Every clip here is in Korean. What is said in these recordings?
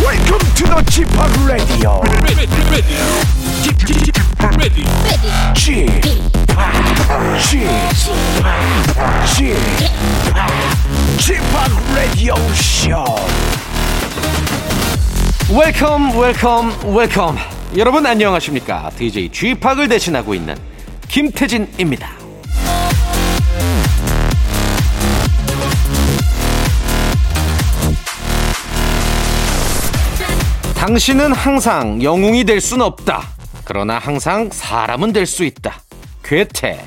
welcome to the Chip Radio. ready, ready, ready, ready. Chip, Chip, Chip, Radio Show. 웰컴 웰컴 웰컴 여러분 안녕하십니까 DJ 쥐팍을 대신하고 있는 김태진입니다 당신은 항상 영웅이 될 순 없다 그러나 항상 사람은 될 수 있다 괴테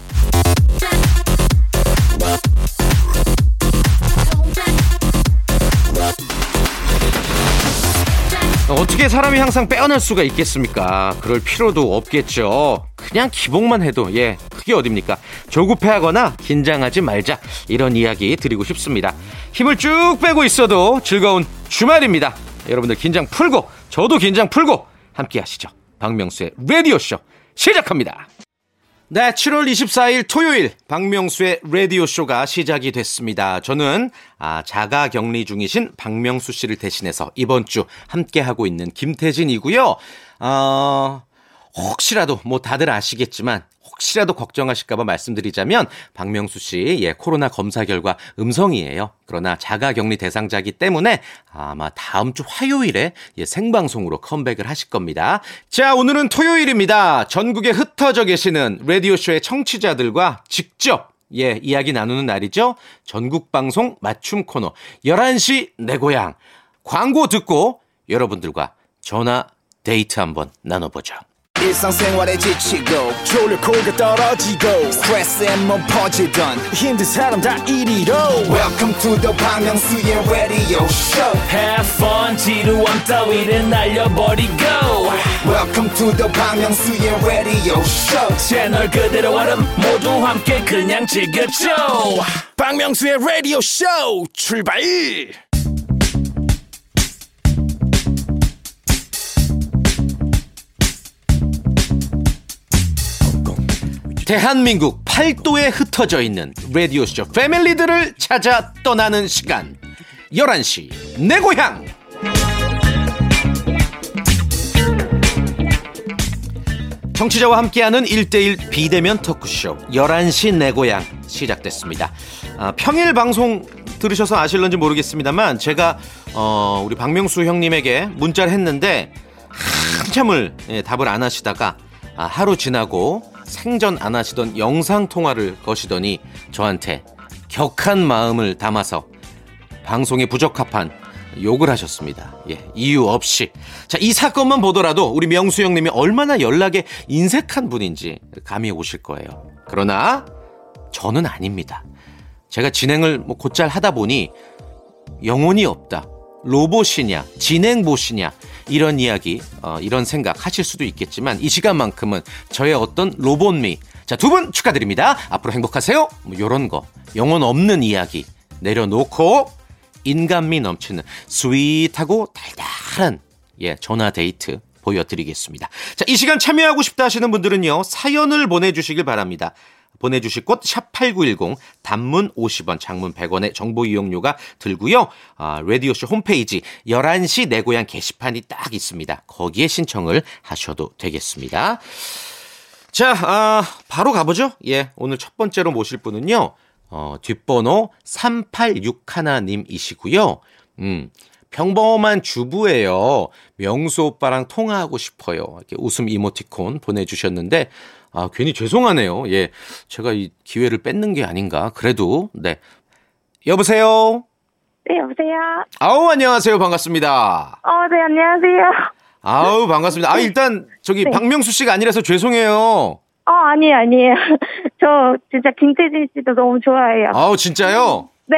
어떻게 사람이 항상 빼어날 수가 있겠습니까? 그럴 필요도 없겠죠. 그냥 기복만 해도 예 그게 어딥니까? 조급해하거나 긴장하지 말자 이런 이야기 드리고 싶습니다. 힘을 쭉 빼고 있어도 즐거운 주말입니다. 여러분들 긴장 풀고 저도 긴장 풀고 함께 하시죠. 박명수의 라디오 쇼 시작합니다. 네, 7월 24일 토요일 박명수의 라디오 쇼가 시작이 됐습니다. 저는 아, 자가 격리 중이신 박명수 씨를 대신해서 이번 주 함께 하고 있는 김태진이고요. 어, 혹시라도 뭐 다들 아시겠지만 혹시라도 걱정하실까봐 말씀드리자면 박명수 씨, 예, 코로나 검사 결과 음성이에요. 그러나 자가 격리 대상자기 때문에 아마 다음 주 화요일에 예, 생방송으로 컴백을 하실 겁니다. 자, 오늘은 토요일입니다. 전국에 흩어져 계시는 라디오쇼의 청취자들과 직접 예, 이야기 나누는 날이죠. 전국 방송 맞춤 코너 11시 내 고향 광고 듣고 여러분들과 전화 데이트 한번 나눠보죠. 일상생활에 지치고, 졸려 코가 떨어지고, 스트레스에 몸 퍼지던, 힘든 사람 다 이리로. welcome to the Bang Myung-soo's radio show Have fun 지루함 따위를 날려버리고 welcome to the Bang Myung-soo's radio show 채널 그대로 얼음 모두 함께 그냥 즐겨줘 박명수의 radio show 출발 대한민국 팔도에 흩어져 있는 라디오쇼 패밀리들을 찾아 떠나는 시간 11시 내 고향 청취자와 함께하는 1대1 비대면 토크쇼 11시 내 고향 시작됐습니다. 아, 평일 방송 들으셔서 아실런지 모르겠습니다만 제가 어, 우리 박명수 형님에게 문자를 했는데 한참을 예, 답을 안 하시다가 아, 하루 지나고 생전 안 하시던 영상 통화를 거시더니 저한테 격한 마음을 담아서 방송에 부적합한 욕을 하셨습니다. 예, 이유 없이. 자, 이 사건만 보더라도 우리 명수 형님이 얼마나 연락에 인색한 분인지 감이 오실 거예요. 그러나 저는 아닙니다. 제가 진행을 뭐 곧잘 하다 보니 영혼이 없다. 로봇이냐, 진행봇이냐, 이런 이야기, 어, 이런 생각 하실 수도 있겠지만, 이 시간만큼은 저의 어떤 로봇미. 자, 두 분 축하드립니다. 앞으로 행복하세요. 뭐, 요런 거. 영혼 없는 이야기 내려놓고, 인간미 넘치는 스윗하고 달달한, 예, 전화 데이트 보여드리겠습니다. 자, 이 시간 참여하고 싶다 하시는 분들은요, 사연을 보내주시길 바랍니다. 보내주실 곳 샵8910 단문 50원 장문 100원의 정보 이용료가 들고요. 아, 라디오쇼 홈페이지 11시 내 고향 게시판이 딱 있습니다. 거기에 신청을 하셔도 되겠습니다. 자, 아, 바로 가보죠. 예, 오늘 첫 번째로 모실 분은요. 어, 뒷번호 3861님이시고요. 음, 평범한 주부예요. 명수 오빠랑 통화하고 싶어요. 이렇게 웃음 이모티콘 보내주셨는데, 아, 괜히 죄송하네요. 예. 제가 이 기회를 뺏는 게 아닌가. 그래도, 네. 여보세요? 네, 여보세요? 아우, 안녕하세요. 반갑습니다. 어, 네, 안녕하세요. 아우, 반갑습니다. 아, 네. 일단, 저기, 박명수 씨가 아니라서 죄송해요. 어, 아니에요, 아니에요. 저 진짜 김태진 씨도 너무 좋아해요. 아우, 진짜요? 네.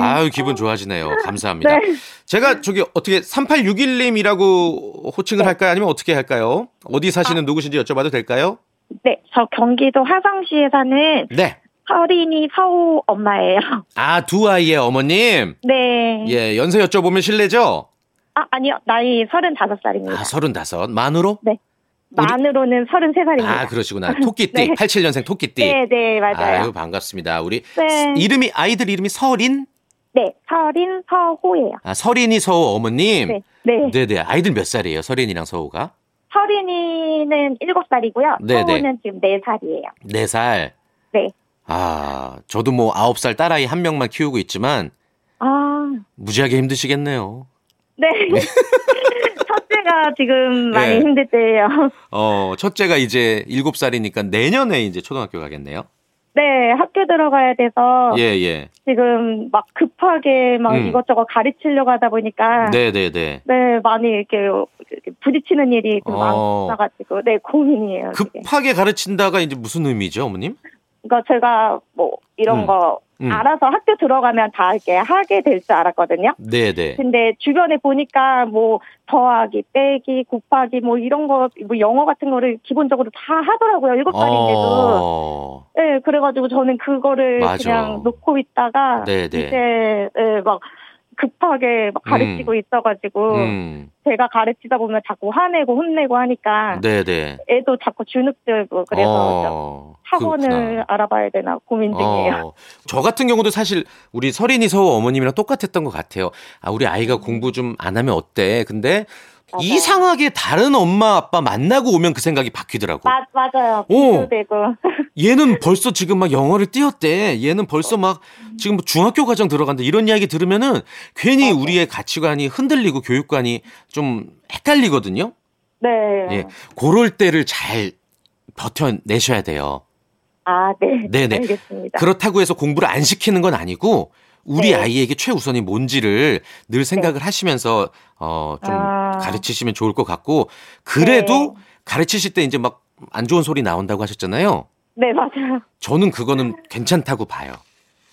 아유, 기분 좋아지네요. 감사합니다. 네. 제가 저기 어떻게 3861님이라고 네. 호칭을 할까요? 아니면 어떻게 할까요? 어디 사시는 아. 누구신지 여쭤봐도 될까요? 네, 저 경기도 화성시에 사는 네. 서린이 서우 엄마예요. 아, 두 아이의 어머님. 네. 예, 연세 여쭤보면 실례죠? 아, 아니요. 나이 35살입니다. 아, 35. 만으로? 네. 만으로는 33살입니다. 아, 그러시구나. 토끼띠. 네. 87년생 토끼띠. 네, 네, 맞아요. 아유, 반갑습니다. 우리 네. 이름이 아이들 이름이 서린? 네, 서린 서호예요. 아, 서린이 서호 어머님. 네, 네. 네네. 아이들 몇 살이에요? 서린이랑 서호가? 서린이는 7살이고요. 네, 네. 서호는 지금 4살이에요. 네 살. 네. 아, 저도 뭐 아홉 살 딸아이 한 명만 키우고 있지만 아, 무지하게 힘드시겠네요. 네. 첫째가 지금 많이 네. 힘들 때예요. 어, 첫째가 이제 일곱 살이니까 내년에 이제 초등학교 가겠네요. 네, 학교 들어가야 돼서 예, 예. 지금 막 급하게 막 음. 이것저것 가르치려고 하다 보니까 네, 네, 네. 네, 많이 이렇게 이렇게 부딪히는 일이 좀 어. 많아가지고 네 고민이에요. 그게. 급하게 가르친다가 이제 무슨 의미죠, 어머님? 그러니까 제가 뭐 이런 음. 거 음. 알아서 학교 들어가면 다 이렇게 하게 될 줄 알았거든요. 네, 네. 근데 주변에 보니까 뭐 더하기, 빼기, 곱하기 뭐 이런 거, 뭐 영어 같은 거를 기본적으로 다 하더라고요. 일곱 살인데도. 어. 네, 그래가지고 저는 그거를 맞아. 그냥 놓고 있다가 네, 네. 이제 네, 막 급하게 막 가르치고 있어가지고 음. 제가 가르치다 보면 자꾸 화내고 혼내고 하니까 네, 네. 애도 자꾸 주눅들고 아. 그래서 어, 학원을 그렇구나. 알아봐야 되나 고민 중이에요. 어, 저 같은 경우도 사실 우리 서린이 서호 어머님이랑 똑같았던 것 같아요. 아, 우리 아이가 공부 좀 안 하면 어때? 근데 음. 맞아요. 이상하게 다른 엄마 아빠 만나고 오면 그 생각이 바뀌더라고. 맞 맞아요. 오. 비교되고 얘는 벌써 지금 막 영어를 띄었대. 얘는 벌써 막 지금 뭐 중학교 과정 들어간다. 이런 이야기 들으면은 괜히 우리의 가치관이 흔들리고 교육관이 좀 헷갈리거든요. 네. 예. 그럴 때를 잘 버텨내셔야 돼요. 아, 네. 네네. 알겠습니다. 그렇다고 해서 공부를 안 시키는 건 아니고 우리 네. 아이에게 최우선이 뭔지를 늘 생각을 하시면서 어 좀 아. 네. 가르치시면 좋을 것 같고 그래도 가르치실 때 이제 막 안 좋은 소리 나온다고 하셨잖아요. 네, 맞아요. 저는 네. 그거는 괜찮다고 봐요.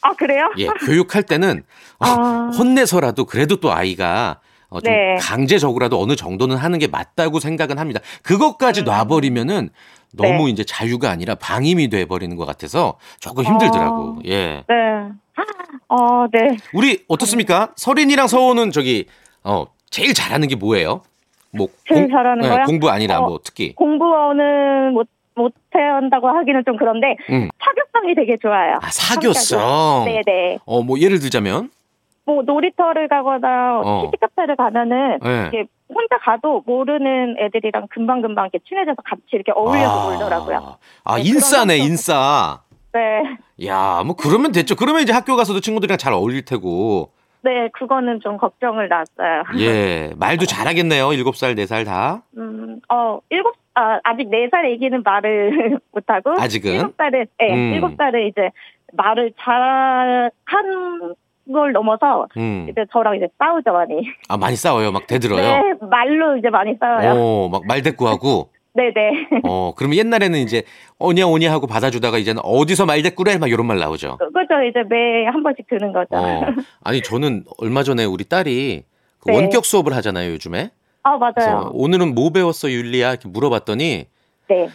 아, 그래요? 예, 교육할 때는 어, 아. 혼내서라도 그래도 또 아이가 어, 좀 네. 강제적으로라도 어느 정도는 하는 게 맞다고 생각은 합니다. 음. 그것까지 놔버리면은 네. 너무 이제 자유가 아니라 방임이 돼버리는 것 같아서 조금 힘들더라고. 아. 예. 네. 어, 네. 우리 어떻습니까? 서린이랑 서호는 저기 어 제일 잘하는 게 뭐예요? 뭐 제일 잘하는 거요? 공부 아니라 어. 뭐 특기. 공부는 못, 못한다고 하기는 좀 그런데 음. 사교성이 되게 좋아요. 아 사교성. 네네. 어 뭐 예를 들자면 뭐 놀이터를 가거나 어. 키즈카페를 가면은 네. 이게 혼자 가도 모르는 애들이랑 금방금방 이렇게 친해져서 같이 이렇게 어울려서 놀더라고요. 아 네, 인싸네 그런 인싸. 네. 야, 뭐 그러면 됐죠. 그러면 이제 학교 가서도 친구들이랑 잘 어울릴 테고. 네, 그거는 좀 걱정을 놨어요. 예, 말도 잘하겠네요. 7살, 4살 다. 음, 어, 일곱, 아, 아직 네 살 애기는 말을 못하고. 아직은? 일곱 살은, 네, 음. 일곱 살은 이제 말을 잘, 한걸 넘어서, 음. 이제 저랑 이제 싸우죠, 많이. 아, 많이 싸워요. 막 대들어요. 네, 말로 이제 많이 싸워요. 어, 막 말대꾸하고. 네네. 어, 그러면 옛날에는 이제 오냐 오냐 하고 받아주다가 이제는 어디서 말대꾸래? 막 이런 말 나오죠. 그죠, 이제 매 한 번씩 드는 거죠. 어. 아니, 저는 얼마 전에 우리 딸이 그 그렇죠. 네. 원격 수업을 하잖아요, 요즘에. 아, 그래서 맞아요. 오늘은 뭐 배웠어, 율리야? 이렇게 물어봤더니 네.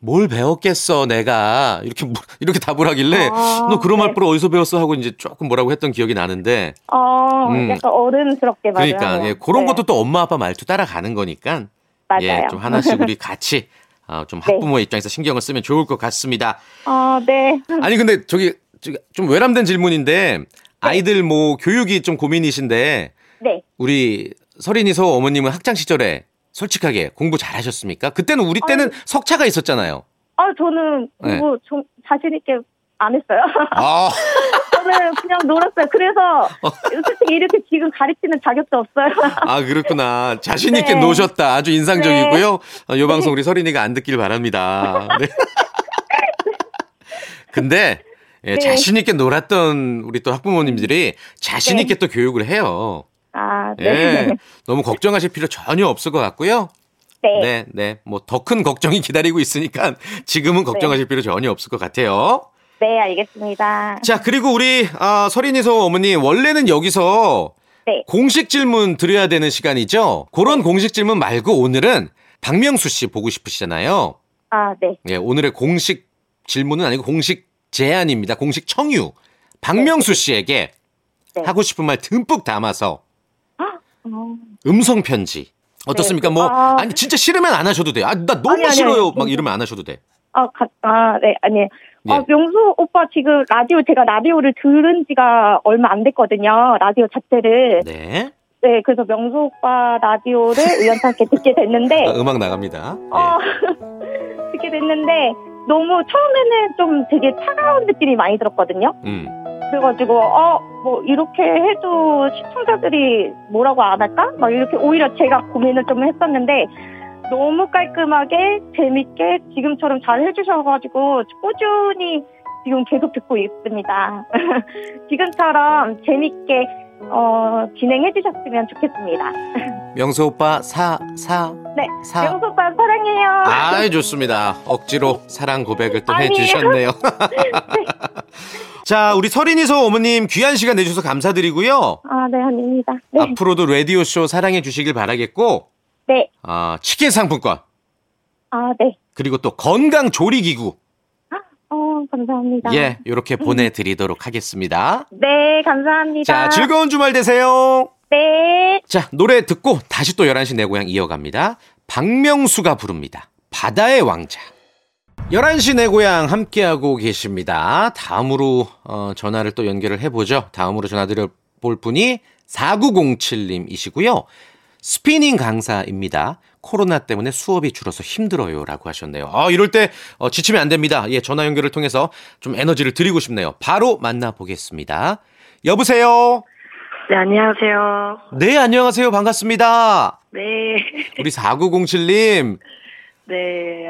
뭘 배웠겠어 내가 이렇게 물- 이렇게 답을 하길래 아, 너 그런 네. 말풀 어디서 배웠어 하고 이제 조금 뭐라고 했던 기억이 나는데 어, 음. 약간 어른스럽게 말을 그러니까 하네요. 예, 그런 네, 것도 또 엄마 아빠 말투 따라가는 거니까 맞아요. 네. 예, 좀 하나씩 우리 같이 어, 좀 학부모의 입장에서 신경을 쓰면 좋을 것 같습니다. 어, 네. 아니 근데 저기 저기 좀 외람된 질문인데 아이들 뭐 교육이 좀 고민이신데 네. 우리 서린이 서 어머님은 학창 시절에 솔직하게 공부 잘하셨습니까? 그때는 우리 때는 석차가 있었잖아요. 아, 저는 네. 공부 좀 자신있게 안 했어요. 아 저는 그냥 놀았어요. 그래서 솔직히 이렇게 지금 가르치는 자격도 없어요. 아 그렇구나 자신 네. 있게 노셨다 아주 인상적이고요 어, 요 방송 우리 서린이가 안 듣길 바랍니다 네. 근데 예, 네. 자신 있게 놀았던 우리 또 학부모님들이 자신 네. 있게 또 교육을 해요 아, 예 네. 너무 걱정하실 필요 전혀 없을 것 같고요 네. 네네뭐 더 큰 걱정이 기다리고 있으니까 지금은 걱정하실 필요 전혀 없을 것 같아요 네, 알겠습니다. 자 그리고 우리 아, 서린이 서 어머니 원래는 여기서 네. 공식 질문 드려야 되는 시간이죠. 그런 공식 질문 말고 오늘은 박명수 씨 보고 싶으시잖아요. 아, 네. 예, 오늘의 공식 질문은 아니고 공식 제안입니다. 공식 청유. 박명수 씨에게 네. 하고 싶은 말 듬뿍 담아서 어, 음성 편지. 어떻습니까? 네. 뭐 아. 아니 진짜 싫으면 안 하셔도 돼요. 아, 나 너무 아니, 아니, 싫어요. 아니, 막 진짜. 이러면 안 하셔도 돼. 아, 가, 아, 네. 아니, 예. 어, 명수 오빠 지금 라디오 제가 라디오를 들은 지가 얼마 안 됐거든요. 라디오 자체를. 네. 네, 그래서 명수 오빠 라디오를 우연찮게 듣게 됐는데 아, 음악 나갑니다. 예. 어, 듣게 됐는데 너무 처음에는 좀 되게 차가운 느낌이 많이 들었거든요. 음. 그래가지고 어 뭐 이렇게 해도 시청자들이 뭐라고 안 할까? 막 이렇게 오히려 제가 고민을 좀 했었는데 너무 깔끔하게 재밌게 지금처럼 잘 해주셔가지고 꾸준히 지금 계속 듣고 있습니다. 지금처럼 재밌게 어, 진행해 주셨으면 좋겠습니다. 명수 오빠 사 사. 네, 사. 명수 오빠 사랑해요. 아, 좋습니다. 억지로 사랑 고백을 또 해주셨네요. 자, 우리 서린이서 어머님 귀한 시간 내주셔서 감사드리고요. 아, 네, 아닙니다. 네, 앞으로도 라디오 쇼 사랑해 주시길 바라겠고, 네, 아, 치킨 상품권 아, 네. 그리고 또 건강 조리 기구 어, 감사합니다. 예, 요렇게 보내드리도록 하겠습니다. 네, 음. 감사합니다. 자, 즐거운 주말 되세요. 네. 자, 노래 듣고 다시 또 11시 내 고향 이어갑니다. 박명수가 부릅니다. 바다의 왕자. 11시 내 고향 함께하고 계십니다. 다음으로 어, 전화를 또 연결을 해보죠. 다음으로 전화드려 볼 분이 4907님이시고요. 스피닝 강사입니다. 코로나 때문에 수업이 줄어서 힘들어요. 라고 하셨네요. 아, 이럴 때 어, 지치면 안 됩니다. 예, 전화 연결을 통해서 좀 에너지를 드리고 싶네요. 바로 만나보겠습니다. 여보세요? 네, 안녕하세요. 네, 안녕하세요. 반갑습니다. 네. 우리 4907님. 네.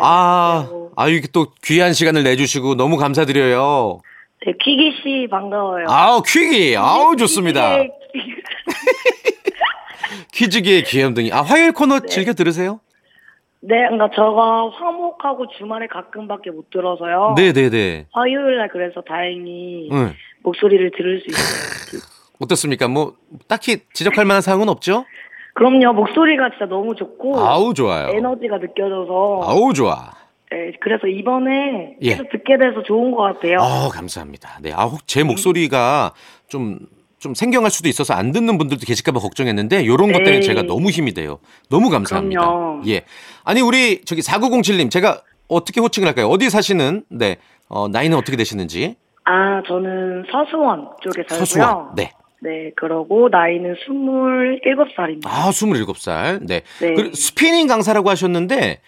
아, 안녕하세요. 아, 이렇게 또 귀한 시간을 내주시고 너무 감사드려요. 네, 키기 씨 반가워요. 아우, 퀴기. 아우, 좋습니다. 네, 퀴즈기의 귀염둥이. 아, 화요일 코너 즐겨 들으세요? 네, 그러니까 제가 화목하고 주말에 가끔밖에 못 들어서요. 네네네. 화요일 날 그래서 다행히 응. 목소리를 들을 수 있어요. 어떻습니까? 뭐, 딱히 지적할 만한 사항은 없죠? 그럼요, 목소리가 진짜 너무 좋고 아우, 좋아요. 어. 에너지가 느껴져서 아우, 좋아. 네, 그래서 이번에 예. 계속 듣게 돼서 좋은 것 같아요. 아우, 감사합니다. 네. 아, 혹 제 목소리가 좀, 좀 생경할 수도 있어서 안 듣는 분들도 계실까봐 걱정했는데, 요런 것 때문에 에이. 제가 너무 힘이 돼요. 너무 감사합니다. 그럼요. 예. 아니, 우리, 저기, 4907님, 제가 어떻게 호칭을 할까요? 어디 사시는, 네, 어, 나이는 어떻게 되시는지? 아, 저는 서수원 쪽에 살고요. 서수원. 네. 네, 그러고 나이는 27살입니다. 아, 27살. 네. 네. 그리고 스피닝 강사라고 하셨는데,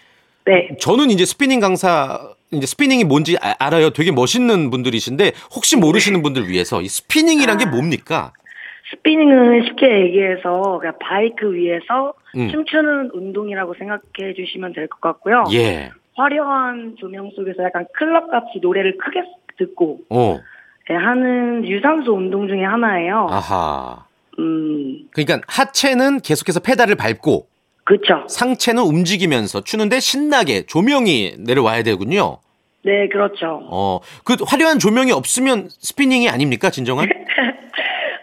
네. 저는 이제 스피닝 강사, 이제 스피닝이 뭔지 아- 알아요. 되게 멋있는 분들이신데, 혹시 네. 모르시는 분들 위해서, 이 스피닝이란 아. 게 뭡니까? 스피닝은 쉽게 얘기해서 그냥 바이크 위에서 음. 춤추는 운동이라고 생각해 주시면 될 것 같고요. 예. 화려한 조명 속에서 약간 클럽같이 노래를 크게 듣고 어. 예, 하는 유산소 운동 중에 하나예요. 아하. 음, 그러니까 하체는 계속해서 페달을 밟고 그쵸. 상체는 움직이면서 추는데 신나게 조명이 내려와야 되군요. 네, 그렇죠. 어, 그 화려한 조명이 없으면 스피닝이 아닙니까 진정한? 네.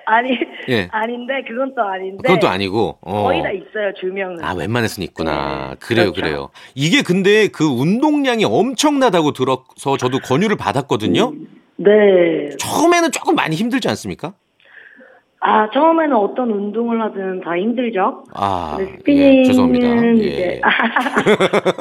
아니, 예. 아닌데, 그건 또 아닌데. 그건 또 아니고. 어. 거의 다 있어요, 조명은. 아 웬만해서는 있구나. 네, 그래요, 그렇죠. 그래요 이게 근데 그 운동량이 엄청나다고 들어서 저도 권유를 받았거든요. 네. 처음에는 조금 많이 힘들지 않습니까? 아, 처음에는 어떤 운동을 하든 다 힘들죠? 아, 근데 예, 스피닝은 죄송합니다. 네, 이제 예.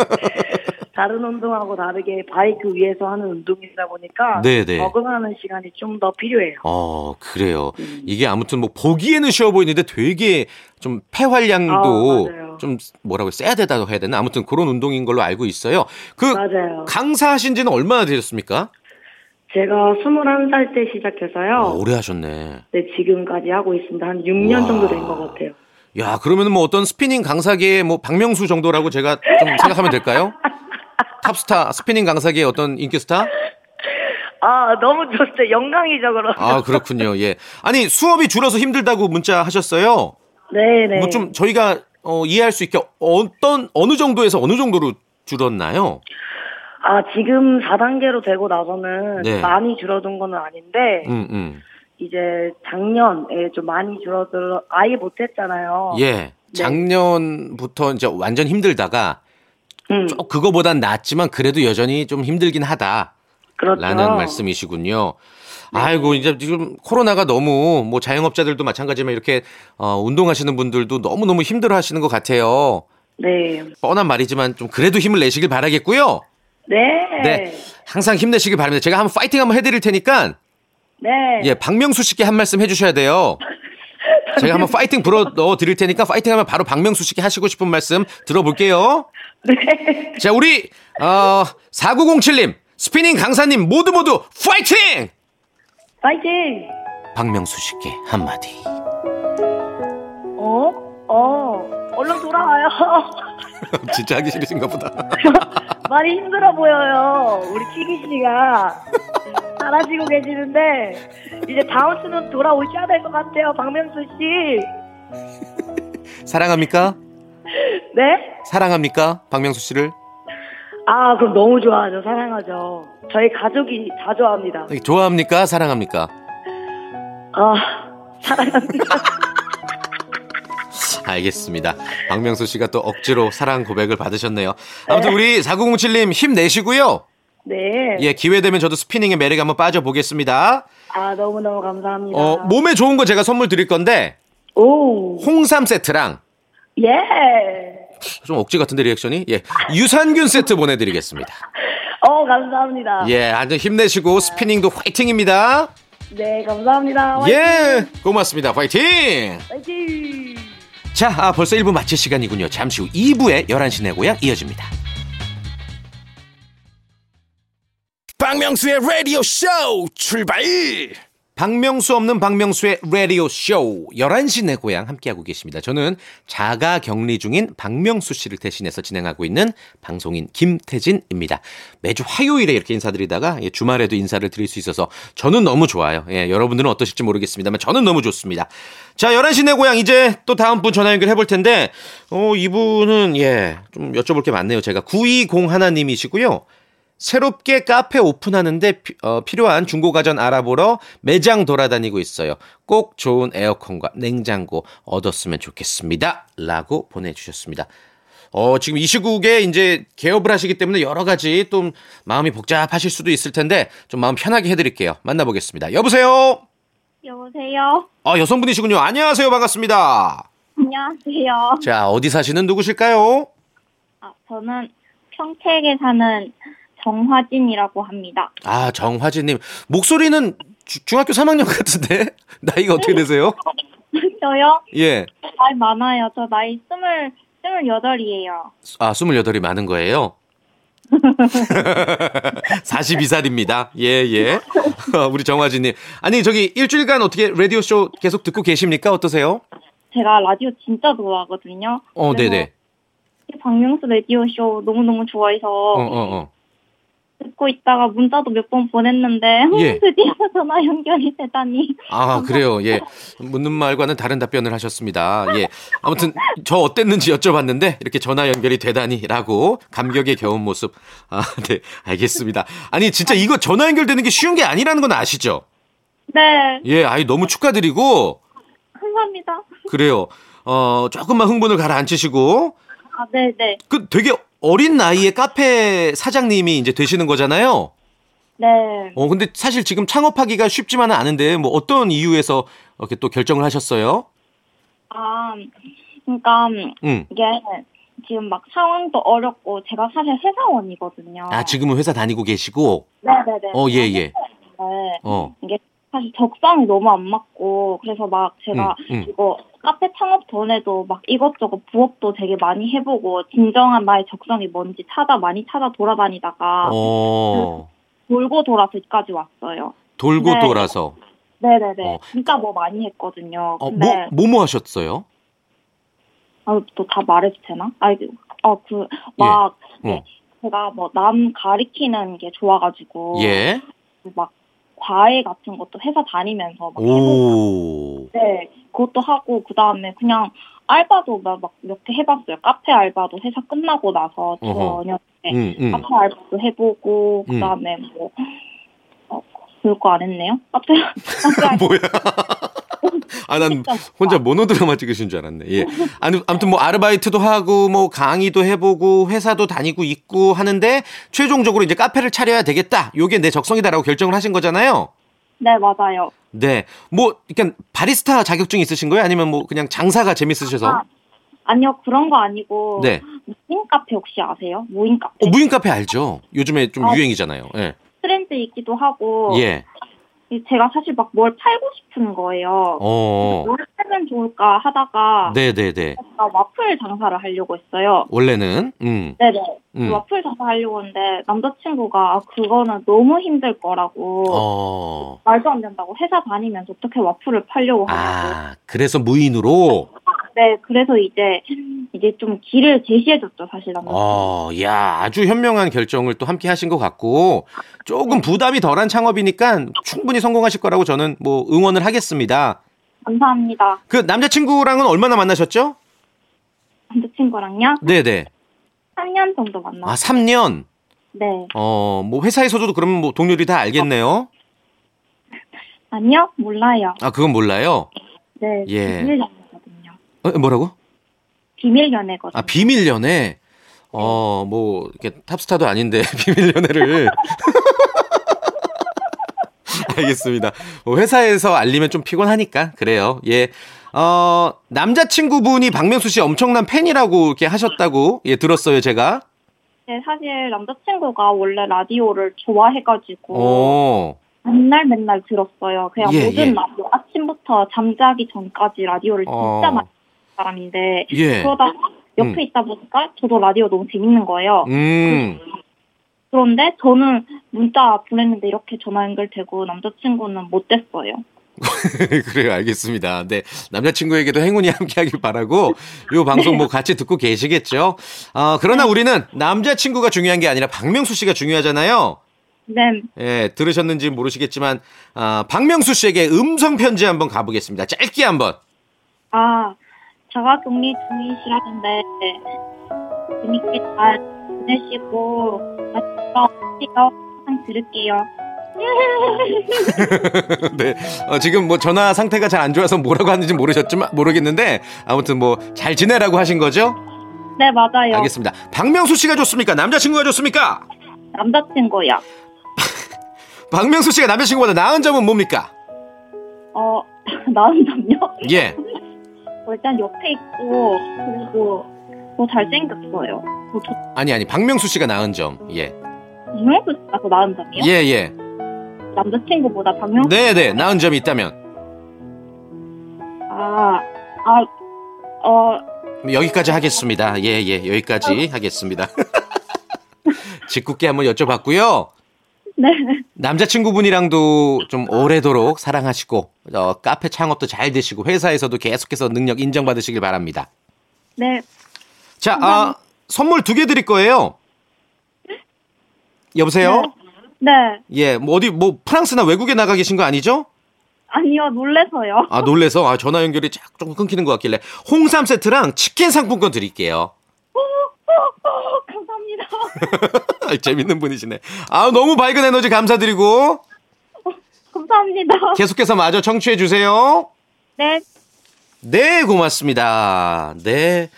다른 운동하고 다르게 바이크 위에서 하는 운동이다 보니까 네네. 적응하는 시간이 좀 더 필요해요. 어, 그래요. 음. 이게 아무튼 뭐 보기에는 쉬워 보이는데 되게 좀 폐활량도 아, 맞아요. 좀 뭐라고 써야 되다고 해야 되나? 아무튼 그런 운동인 걸로 알고 있어요. 그 맞아요. 강사하신 지는 얼마나 되셨습니까? 제가 21살 때 시작해서요. 아, 오래 하셨네. 네, 지금까지 하고 있습니다. 한 6년 와. 정도 된 것 같아요. 야, 그러면 뭐 어떤 스피닝 강사계의 뭐 박명수 정도라고 제가 좀 생각하면 될까요? 탑스타, 스피닝 강사계의 어떤 인기스타? 아, 너무 좋죠. 영광이죠, 그럼. 아, 그렇군요. 예. 아니, 수업이 줄어서 힘들다고 문자 하셨어요. 네네. 뭐 좀 저희가 어, 이해할 수 있게 어떤 어느 정도에서 어느 정도로 줄었나요? 아, 지금 4단계로 되고 나서는 네. 많이 줄어든 건 아닌데, 음, 음. 이제 작년에 좀 많이 줄어들어, 아예 못했잖아요. 예. 작년부터 이제 완전 힘들다가 음, 좀 그거보단 낫지만 그래도 여전히 좀 힘들긴 하다라는 그렇죠. 네. 말씀이시군요. 아이고 이제 지금 코로나가 너무 뭐 자영업자들도 마찬가지지만 이렇게 어, 운동하시는 분들도 너무 너무 힘들어하시는 것 같아요. 네. 뻔한 말이지만 좀 그래도 힘을 내시길 바라겠고요. 네. 네. 항상 힘내시기 바랍니다. 제가 한번 파이팅 한번 해드릴 테니까 네. 예 박명수 씨께 한 말씀 해주셔야 돼요. 제가 한번 파이팅 불어 넣어 드릴 테니까 파이팅하면 바로 박명수 씨께 하시고 싶은 말씀 들어볼게요. 네. 자 우리 어 4907님 스피닝 강사님 모두 모두 파이팅! 파이팅! 박명수 씨께 한마디. 어? 어. 얼른 돌아와요. 진짜 하기 싫으신가 보다. 많이 힘들어 보여요. 우리 키기 씨가. 잘하시고 계시는데, 이제 다음 주는 돌아오셔야 될 것 같아요, 박명수 씨. 사랑합니까? 네? 사랑합니까? 박명수 씨를 아, 그럼 너무 좋아하죠. 사랑하죠. 저희 가족이 다 좋아합니다. 네. 좋아합니까? 사랑합니까? 아, 사랑합니다. 알겠습니다. 박명수 씨가 또 억지로 사랑 고백을 받으셨네요. 아무튼 우리 4907님 힘내시고요. 네. 예, 기회 되면 저도 스피닝의 매력에 한번 빠져보겠습니다. 아, 너무너무 감사합니다. 어, 몸에 좋은 거 제가 선물 드릴 건데 오, 홍삼 세트랑 예. 좀 억지 같은데 리액션이 예 유산균 세트 보내드리겠습니다. 어, 감사합니다. 예, 아주 힘내시고 스피닝도 화이팅입니다. 네, 감사합니다. 예, 고맙습니다. 화이팅! 화이팅! 자, 아, 벌써 1부 마칠 시간이군요. 잠시 후 2부에 11시 내 고향 이어집니다. 박명수의 라디오 쇼 출발 박명수 없는 박명수의 라디오 쇼 11시 내 고향 함께하고 계십니다. 저는 자가 격리 중인 박명수 씨를 대신해서 진행하고 있는 방송인 김태진입니다. 매주 화요일에 이렇게 인사드리다가 예, 주말에도 인사를 드릴 수 있어서 저는 너무 좋아요. 예, 여러분들은 어떠실지 모르겠습니다만 저는 너무 좋습니다. 자, 11시 내 고향 이제 또 다음 분 전화 연결해 볼 텐데 어, 이분은 예, 좀 여쭤볼 게 많네요. 제가 920 하나님이시고요. 새롭게 카페 오픈하는데 피- 어, 필요한 중고가전 알아보러 매장 돌아다니고 있어요. 꼭 좋은 에어컨과 냉장고 얻었으면 좋겠습니다. 라고 보내주셨습니다. 어, 지금 이 시국에 이제 개업을 하시기 때문에 여러 가지 좀 마음이 복잡하실 수도 있을 텐데 좀 마음 편하게 해드릴게요. 만나보겠습니다. 여보세요? 여보세요. 아, 여성분이시군요. 안녕하세요. 반갑습니다. 안녕하세요. 자, 어디 사시는 누구실까요? 아, 저는 평택에 사는 정화진이라고 합니다. 아, 정화진님. 목소리는 주- 중학교 3학년 같은데? 나이가 어떻게 되세요? 저요? 예. 나이 많아요. 저 나이 스물 스물여덟이에요. 아, 28이 많은 거예요? 42살입니다. 예, 예. 어, 우리 정화진님. 아니, 저기 일주일간 어떻게 라디오쇼 계속 듣고 계십니까? 어떠세요? 제가 라디오 진짜 좋아하거든요. 어, 그래서 네네. 박명수 라디오 쇼 너무 너무 좋아해서 어, 어, 어. 듣고 있다가 문자도 몇 번 보냈는데 예. 드디어 전화 연결이 되다니. 아, 그래요. 예. 묻는 말과는 다른 답변을 하셨습니다. 예. 아무튼 저 어땠는지 여쭤봤는데 이렇게 전화 연결이 되다니라고 감격에 겨운 모습. 아, 네. 알겠습니다. 아니, 진짜 이거 전화 연결되는 게 쉬운 게 아니라는 건 아시죠? 네, 예. 아이 너무 축하드리고 감사합니다. 그래요. 어, 조금만 흥분을 가라앉히시고 아, 네, 네, 그 되게 어린 나이에 카페 사장님이 이제 되시는 거잖아요. 네. 어, 근데 사실 지금 창업하기가 쉽지만은 않은데 뭐 어떤 이유에서 이렇게 또 결정을 하셨어요? 아, 그러니까 응. 이게 지금 막 상황도 어렵고 제가 사실 회사원이거든요. 아, 지금은 회사 다니고 계시고. 네, 네, 네. 어, 예, 예. 네. 어. 이게 사실 적성이 너무 안 맞고 그래서 막 제가 음, 음. 이거 카페 창업 전에도 막 이것저것 부업도 되게 많이 해보고 진정한 나의 적성이 뭔지 찾아 많이 찾아 돌아다니다가 어. 돌고 돌아서 여기까지 왔어요. 돌고 네. 돌아서. 네네네. 어. 진짜 뭐 많이 했거든요. 어, 근데 아, 뭐, 뭐, 뭐 하셨어요? 또 다 말해도 되나? 아이 어, 어그막 예. 어. 제가 뭐 남 가리키는 게 좋아가지고 예. 막 과외 같은 것도 회사 다니면서 막 해보고 오. 네, 그것도 하고 그 다음에 그냥 알바도 막몇 개 해봤어요. 카페 알바도 회사 끝나고 나서 어허. 저녁에 응, 응. 카페 알바도 해보고 음. 그 다음에 뭐 어, 별거 안 했네요. 카페 뭐야. 아, 난 혼자 모노드라마 찍으신 줄 알았네. 예. 아니, 아무튼 뭐 아르바이트도 하고 뭐 강의도 해보고 회사도 다니고 있고 하는데 최종적으로 이제 카페를 차려야 되겠다. 요게 내 적성이다라고 결정을 하신 거잖아요. 네 맞아요. 네. 뭐, 그러니까 바리스타 자격증 있으신 거예요? 아니면 뭐 그냥 장사가 재밌으셔서? 아, 아니요 그런 거 아니고 네. 모임 카페 혹시 아세요? 모임 카페 어, 무인 카페 알죠? 요즘에 좀 아. 유행이잖아요. 예. 트렌드이기도 하고 예. 제가 사실 막 뭘 팔고 싶은 거예요. 어. 뭘 팔면 좋을까 하다가 네, 네, 네. 제가 와플 장사를 하려고 했어요. 원래는 음. 네네. 음. 와플 장사 하려고 했는데 남자친구가 아, 그거는 너무 힘들 거라고 어. 말도 안 된다고 회사 다니면서 어떻게 와플을 팔려고 하냐고. 아, 그래서 무인으로 네, 그래서 이제 이제 좀 길을 제시해줬죠 사실 남자. 어, 야, 아주 현명한 결정을 또 함께 하신 것 같고, 조금 부담이 덜한 창업이니까 충분히 성공하실 거라고 저는 뭐 응원을 하겠습니다. 감사합니다. 그 남자친구랑은 얼마나 만나셨죠? 남자친구랑요 네네. 3년 정도 만나. 아, 3년. 네. 어, 뭐 회사에서도 그러면 뭐 동료들이 다 알겠네요. 아니요, 몰라요. 아, 그건 몰라요. 네, 예. 비밀 연애거든요. 어, 뭐라고? 비밀 연애거든요. 아, 비밀 연애. 어, 뭐 이렇게 탑스타도 아닌데 비밀 연애를. 알겠습니다. 뭐 회사에서 알리면 좀 피곤하니까 그래요. 예. 어, 남자친구분이 박명수 씨 엄청난 팬이라고 이렇게 하셨다고 예, 들었어요, 제가. 네, 사실 남자친구가 원래 라디오를 좋아해가지고 오. 맨날 맨날 들었어요. 그냥 예, 모든 예. 라디오 아침부터 잠자기 전까지 라디오를 어. 진짜 많이 듣는 사람인데 예. 그러다 옆에 음. 있다 보니까 저도 라디오 너무 재밌는 거예요. 음. 그런데 저는 문자 보냈는데 이렇게 전화 연결되고 남자친구는 못 됐어요. 그래요, 알겠습니다. 네. 남자친구에게도 행운이 함께하길 바라고, 요 방송 뭐 같이 듣고 계시겠죠? 아, 그러나 우리는 남자친구가 중요한 게 아니라 박명수 씨가 중요하잖아요. 네, 예, 들으셨는지 모르시겠지만, 아, 박명수 씨에게 음성편지 한번 가보겠습니다. 짧게 한번. 아 자가격리 중이시라는데 재밌게 잘 보내시고 마지막 항상 들을게요. 네. 어, 지금 뭐 전화 상태가 잘 안 좋아서 뭐라고 하는지 모르셨지만, 모르겠는데, 아무튼 뭐 잘 지내라고 하신 거죠? 네 맞아요. 알겠습니다. 박명수 씨가 좋습니까? 남자친구가 좋습니까? 남자친구요. 박명수 씨가 남자친구보다 나은 점은 뭡니까? 어 나은 점요? 예. 뭐 일단 옆에 있고 그리고 더 잘생겼어요. 더 좋- 아니 아니 박명수 씨가 나은 점. 예. 박명수 씨가 더 나은 점이요? 예, 예. 남자친구보다 박명수 네, 네. 나은 점이 있다면 아, 아, 어, 뭐 여기까지 하겠습니다. 예, 예. 여기까지 아. 하겠습니다. 짓궂게 한번 여쭤봤고요. 네. 남자친구분이랑도 좀 오래도록 사랑하시고 어, 카페 창업도 잘 되시고 회사에서도 계속해서 능력 인정받으시길 바랍니다. 네. 자, 아, 선물 두 개 드릴 거예요. 여보세요? 네. 예, 뭐 어디 뭐 프랑스나 외국에 나가 계신 거 아니죠? 아니요, 놀래서요. 아 놀래서 아 전화 연결이 쫙 조금 끊기는 것 같길래 홍삼 세트랑 치킨 상품권 드릴게요. 감사합니다. 아이, 재밌는 분이시네. 아 너무 밝은 에너지 감사드리고 감사합니다. 계속해서 마저 청취해 주세요. 네. 네 고맙습니다. 네.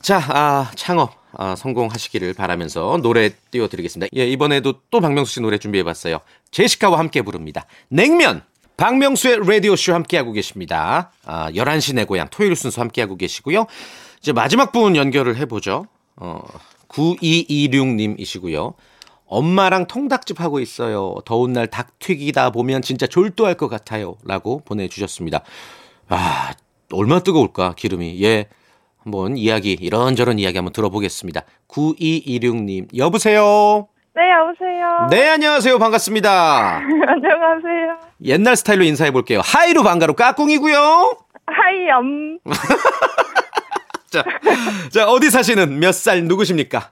자, 아, 창업 아, 성공하시기를 바라면서 노래 띄워드리겠습니다. 예, 이번에도 또 박명수 씨 노래 준비해봤어요. 제시카와 함께 부릅니다. 냉면! 박명수의 라디오쇼 함께하고 계십니다. 아, 11시 내 고향 토요일 순서 함께하고 계시고요. 이제 마지막 분 연결을 해보죠. 어, 9226님이시고요. 엄마랑 통닭집 하고 있어요. 더운 날 닭 튀기다 보면 진짜 졸도할 것 같아요. 라고 보내주셨습니다. 아, 얼마나 뜨거울까, 기름이. 예. 한번 이야기, 이런저런 이야기 한번 들어보겠습니다. 9226님, 여보세요? 네, 여보세요. 네, 안녕하세요. 반갑습니다. 안녕하세요. 옛날 스타일로 인사해볼게요. 하이로 반가로 까꿍이고요 하이, 엄. 자, 자, 어디 사시는 몇 살 누구십니까?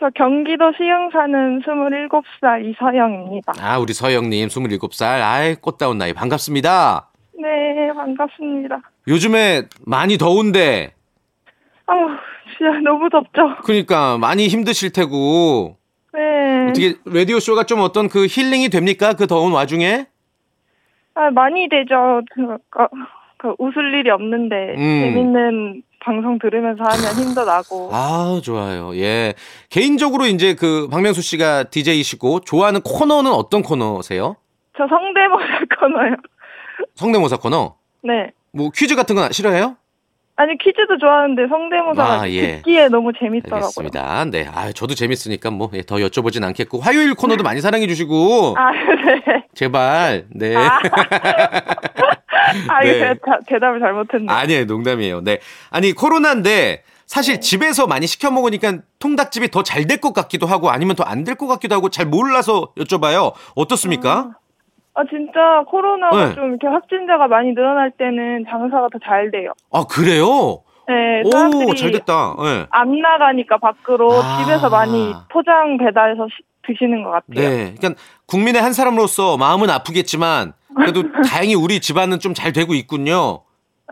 저 경기도 시흥 사는 27살 이서영입니다. 아, 우리 서영님, 27살. 아이, 꽃다운 나이. 반갑습니다. 네, 반갑습니다. 요즘에 많이 더운데, 아우, 진짜 너무 덥죠? 그러니까 많이 힘드실 테고, 네. 어떻게, 라디오쇼가 좀 어떤 그 힐링이 됩니까? 그 더운 와중에? 아, 많이 되죠. 그, 어, 그 웃을 일이 없는데, 음. 재밌는 방송 들으면서 하면 힘도 나고. 아, 좋아요. 예. 개인적으로 이제 그 박명수 씨가 DJ이시고 좋아하는 코너는 어떤 코너세요? 저 성대모사 코너요. 성대모사 코너? 네. 뭐 퀴즈 같은 건 싫어해요? 아니 퀴즈도 좋아하는데 성대모사가 아, 예. 듣기에 너무 재밌더라고요. 알겠습니다. 네. 아, 저도 재밌으니까 뭐 더 여쭤보진 않겠고 화요일 코너도 많이 사랑해 주시고 아, 네. 제발. 네. 아, 아, 이거 네. 제가 다- 대답을 잘못했네. 요 아니에요, 농담이에요. 네. 아니, 코로나인데 네. 사실 집에서 많이 시켜 먹으니까 통닭집이 더 잘 될 것 같기도 하고 아니면 더 안 될 것 같기도 하고 잘 몰라서 여쭤봐요. 어떻습니까? 아, 진짜 코로나가 네. 좀 이렇게 확진자가 많이 늘어날 때는 장사가 더 잘 돼요. 아, 그래요? 네, 오, 잘 사람들이 됐다. 예. 안 나가니까 밖으로 아. 집에서 많이 포장 배달해서 시- 드시는 것 같아요. 네. 그러니까 국민의 한 사람으로서 마음은 아프겠지만 그래도 다행히 우리 집안은 좀 잘 되고 있군요.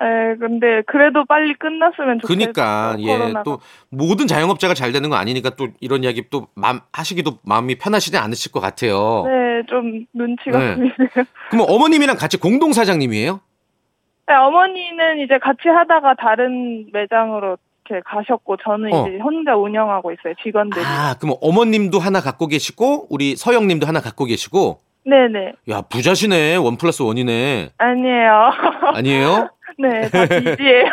네, 근데 그래도 빨리 끝났으면 좋겠어요. 그니까 예, 코로나가. 또 모든 자영업자가 잘 되는 거 아니니까 또 이런 이야기 또 마음, 하시기도 마음이 편하시지 않으실 것 같아요. 네, 좀 눈치가 네. 보이네요. 그럼 어머님이랑 같이 공동 사장님이에요? 네, 어머니는 이제 같이 하다가 다른 매장으로 이렇게 가셨고 저는 어. 이제 혼자 운영하고 있어요 직원들이. 아, 그럼 어머님도 하나 갖고 계시고 우리 서영님도 하나 갖고 계시고. 네네 야, 부자시네. 원 플러스 원이네. 아니에요. 아니에요? 네다 지지예요.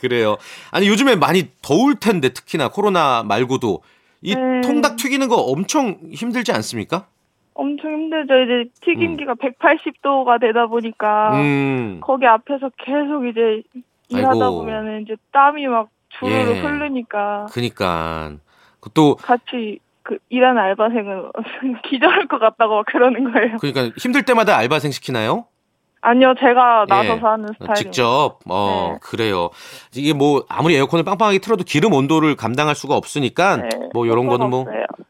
그래요. 아니, 요즘에 많이 더울 텐데 특히나 코로나 말고도 이 네. 통닭 튀기는 거 엄청 힘들지 않습니까? 엄청 힘들죠 이제 튀김기가 180도가 되다 보니까 음. 거기 앞에서 계속 이제 일하다 아이고. 보면은 이제 땀이 막 주르륵 예. 흐르니까 그니까 또 같이 그 일하는 알바생은 기절할 것 같다고 막 그러는 거예요. 그러니까 힘들 때마다 알바생 시키나요? 아니요 제가 예. 나서서 하는 스타일. 직접 어 네. 그래요. 이게 뭐 아무리 에어컨을 빵빵하게 틀어도 기름 온도를 감당할 수가 없으니까 네, 뭐 이런 거는 뭐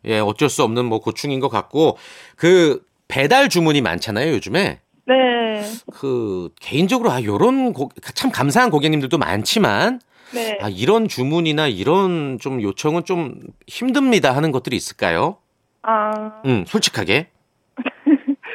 예, 어쩔 수 없는 뭐 고충인 것 같고 그 배달 주문이 많잖아요, 요즘에. 네. 그 개인적으로 아 요런 고, 참 감사한 고객님들도 많지만 네. 아 이런 주문이나 이런 좀 요청은 좀 힘듭니다 하는 것들이 있을까요? 아, 음, 솔직하게.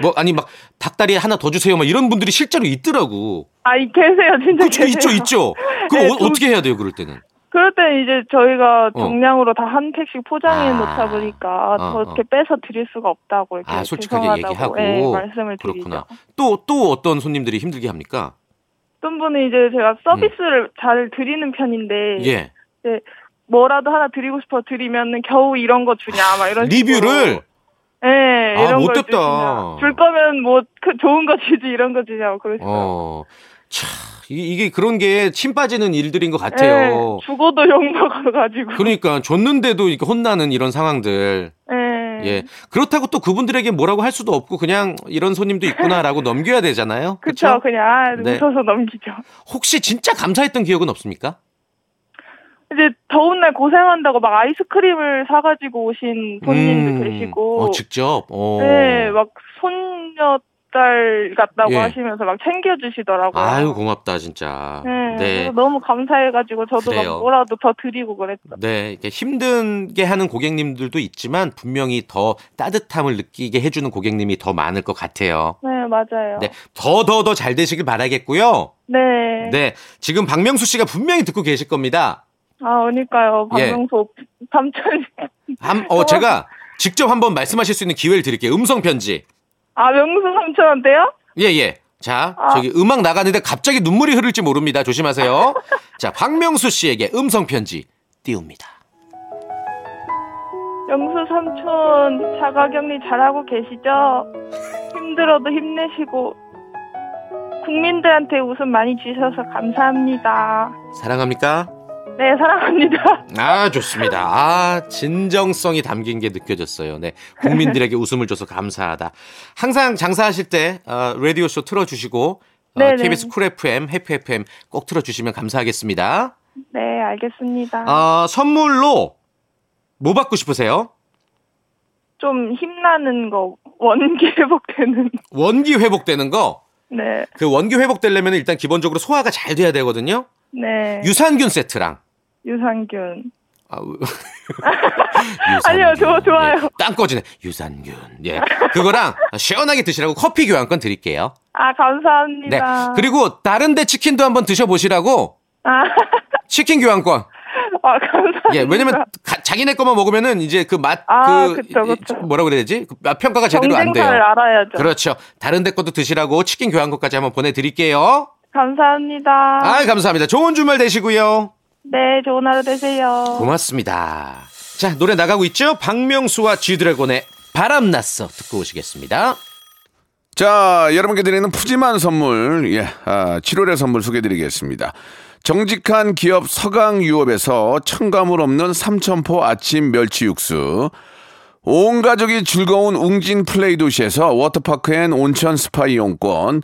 뭐 아니 막 닭다리 하나 더 주세요 막 이런 분들이 실제로 있더라고. 아, 이 계세요, 진짜 그쵸, 계세요. 있죠, 있죠. 그거 네, 어, 좀- 떻게 해야 돼요, 그럴 때는? 그럴 때 이제 저희가 어. 정량으로 다 한 팩씩 포장해 놓다 아. 보니까 어, 저렇게 빼서 드릴 수가 없다고 이렇게 아, 솔직하게 죄송하다고 얘기하고. 예, 말씀을 그렇구나. 드리죠. 또, 또 어떤 손님들이 힘들게 합니까? 어떤 분은 이제 제가 서비스를 잘 드리는 편인데 음. 예. 뭐라도 하나 드리고 싶어 드리면은 겨우 이런 거 주냐 막 이런 리뷰를 식으로. 예, 아, 이런 걸 못됐다. 주냐. 줄 거면 뭐 그 좋은 거 주지 이런 거 주냐 막 그러시고. 어. 차, 이- 이게 그런 게 침 빠지는 일들인 것 예, 같아요. 죽어도 욕 먹어 가지고. 그러니까 줬는데도 이렇게 혼나는 이런 상황들. 예. 예. 그렇다고 또 그분들에게 뭐라고 할 수도 없고 그냥 이런 손님도 있구나라고 넘겨야 되잖아요. 그쵸, 그렇죠? 그냥 아, 네. 웃어서 넘기죠. 혹시 진짜 감사했던 기억은 없습니까? 이제 더운 날 고생한다고 막 아이스크림을 사가지고 오신 손님도 음. 계시고, 어, 직접. 어. 네, 막 손녀딸 같다고 예. 하시면서 막 챙겨주시더라고요. 아유, 고맙다, 진짜. 네, 그래서 너무 감사해가지고 저도 그래요. 막 뭐라도 더 드리고 그랬죠. 네, 이렇게 힘든게 하는 고객님들도 있지만 분명히 더 따뜻함을 느끼게 해주는 고객님이 더 많을 것 같아요. 네, 맞아요. 네, 더 더 더 잘 되시길 바라겠고요. 네. 네, 지금 박명수 씨가 분명히 듣고 계실 겁니다. 아, 그러니까요. 예. 박명수 오- 삼촌. 함, 어, 제가 직접 한번 말씀하실 수 있는 기회를 드릴게요. 음성 편지. 아, 명수 삼촌한테요? 예, 예. 자, 아. 저기 음악 나가는데 갑자기 눈물이 흐를지 모릅니다. 조심하세요. 자, 박명수 씨에게 음성 편지 띄웁니다. 명수 삼촌 자가격리 잘하고 계시죠? 힘들어도 힘내시고 국민들한테 웃음 많이 주셔서 감사합니다. 사랑합니까? 네 사랑합니다. 아, 좋습니다. 아, 진정성이 담긴 게 느껴졌어요. 네. 국민들에게 웃음을 줘서 감사하다. 항상 장사하실 때, 어, 라디오쇼 틀어주시고, 어, 네네. KBS 쿨 FM, 해피 FM 꼭 틀어주시면 감사하겠습니다. 네 알겠습니다. 어, 선물로 뭐 받고 싶으세요? 좀 힘나는 거 원기 회복되는 원기 회복되는 거. 네네 그 원기 회복되려면 일단 기본적으로 소화가 잘 돼야 되거든요. 유산균 세트랑. 네, 유산균 아, 우- 아니요, 유산균. 저 좋아요. 예, 땅 꺼지네. 유산균. 예. 그거랑 시원하게 드시라고 커피 교환권 드릴게요. 아 네. 감사합니다. 그리고 다른데 치킨도 한번 드셔보시라고 아, 치킨 교환권. 아, 감사합니다. 예. 왜냐면 가- 자기네 것만 먹으면은 이제 그 맛, 아, 그, 그쵸, 이- 그쵸. 뭐라 그래야 되지? 그 맛 평가가 제대로 안 돼요. 경쟁사를 알아야죠. 그렇죠. 다른데 것도 드시라고 치킨 교환권까지 한번 보내드릴게요. 감사합니다. 아, 감사합니다. 좋은 주말 되시고요. 네, 좋은 하루 되세요. 고맙습니다. 자, 노래 나가고 있죠? 박명수와 G드래곤의 바람났어 듣고 오시겠습니다. 자, 여러분께 드리는 푸짐한 선물, 예, 아, 7월의 선물 소개드리겠습니다. 정직한 기업 서강유업에서 첨가물 없는 삼천포 아침 멸치 육수, 온 가족이 즐거운 웅진 플레이 도시에서 워터파크 앤 온천 스파 이용권,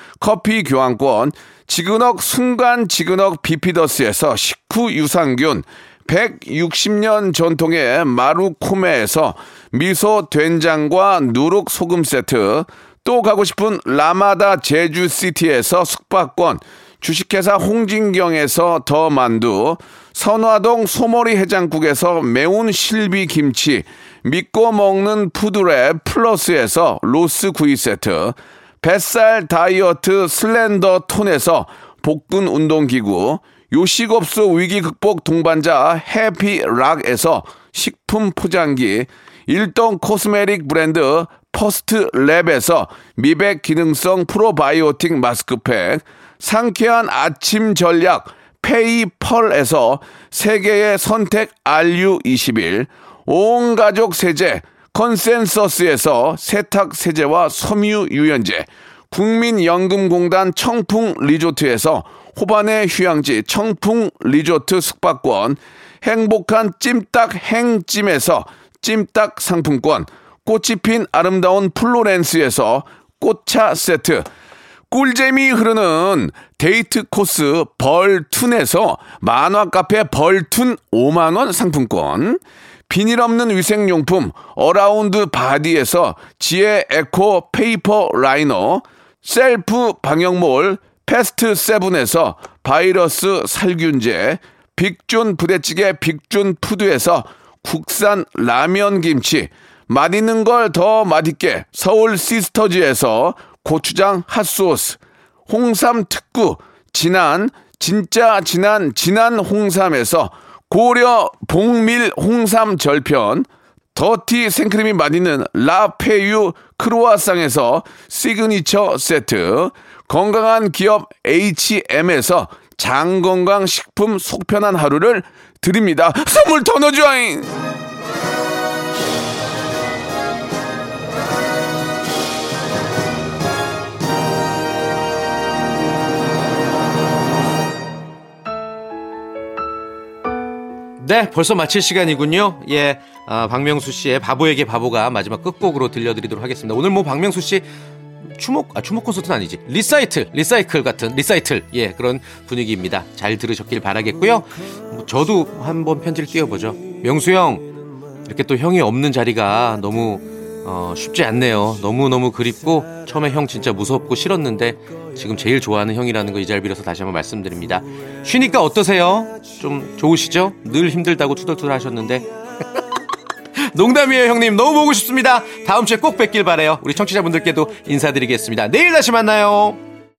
커피 교환권, 지그넉 순간 지그넉 비피더스에서 식후 유산균, 160년 전통의 마루코메에서 미소 된장과 누룩 소금 세트, 또 가고 싶은 라마다 제주시티에서 숙박권, 주식회사 홍진경에서 더 만두, 선화동 소머리 해장국에서 매운 실비 김치, 믿고 먹는 푸드랩 플러스에서 로스 구이 세트, 뱃살 다이어트 슬렌더 톤에서 복근 운동기구, 요식업소 위기 극복 동반자 해피락에서 식품 포장기, 일동 코스메릭 브랜드 퍼스트 랩에서 미백 기능성 프로바이오틱 마스크팩, 상쾌한 아침 전략 페이펄에서 세계의 선택 RU21, 온 가족 세제 컨센서스에서 세탁 세제와 섬유 유연제, 국민연금공단 청풍 리조트에서 호반의 휴양지 청풍 리조트 숙박권, 행복한 찜닭 행찜에서 찜닭 상품권, 꽃이 핀 아름다운 플로렌스에서 꽃차 세트, 꿀잼이 흐르는 데이트 코스 벌툰에서 만화 카페 벌툰 5만 원 상품권, 비닐 없는 위생용품 어라운드 바디에서 지혜 에코 페이퍼 라이너, 셀프 방역몰 패스트 세븐에서 바이러스 살균제, 빅준 부대찌개 빅준 푸드에서 국산 라면 김치, 맛있는 걸 더 맛있게 서울 시스터즈에서 고추장 핫소스, 홍삼 특구, 진한, 진짜 진한, 진한 홍삼에서 고려 복밀 홍삼 절편, 더티 생크림이 맛있는 라페유 크로아상에서 시그니처 세트, 건강한 기업 HM에서 장건강 식품 속편한 하루를 드립니다. 선물 더 넣어줘잉! 네, 벌써 마칠 시간이군요. 예, 아, 박명수 씨의 바보에게 바보가 마지막 끝곡으로 들려드리도록 하겠습니다. 오늘 뭐 박명수 씨 추목, 아, 추목 콘서트는 아니지. 리사이틀, 리사이클 같은 리사이틀. 예, 그런 분위기입니다. 잘 들으셨길 바라겠고요. 뭐 저도 한번 편지를 띄워보죠. 명수 형, 이렇게 또 형이 없는 자리가 너무 어, 쉽지 않네요. 너무너무 그립고 처음에 형 진짜 무섭고 싫었는데 지금 제일 좋아하는 형이라는 거 이 자리 빌어서 다시 한번 말씀드립니다. 쉬니까 어떠세요? 좀 좋으시죠? 늘 힘들다고 투덜투덜 하셨는데 농담이에요 형님 너무 보고 싶습니다. 다음 주에 꼭 뵙길 바래요. 우리 청취자분들께도 인사드리겠습니다. 내일 다시 만나요.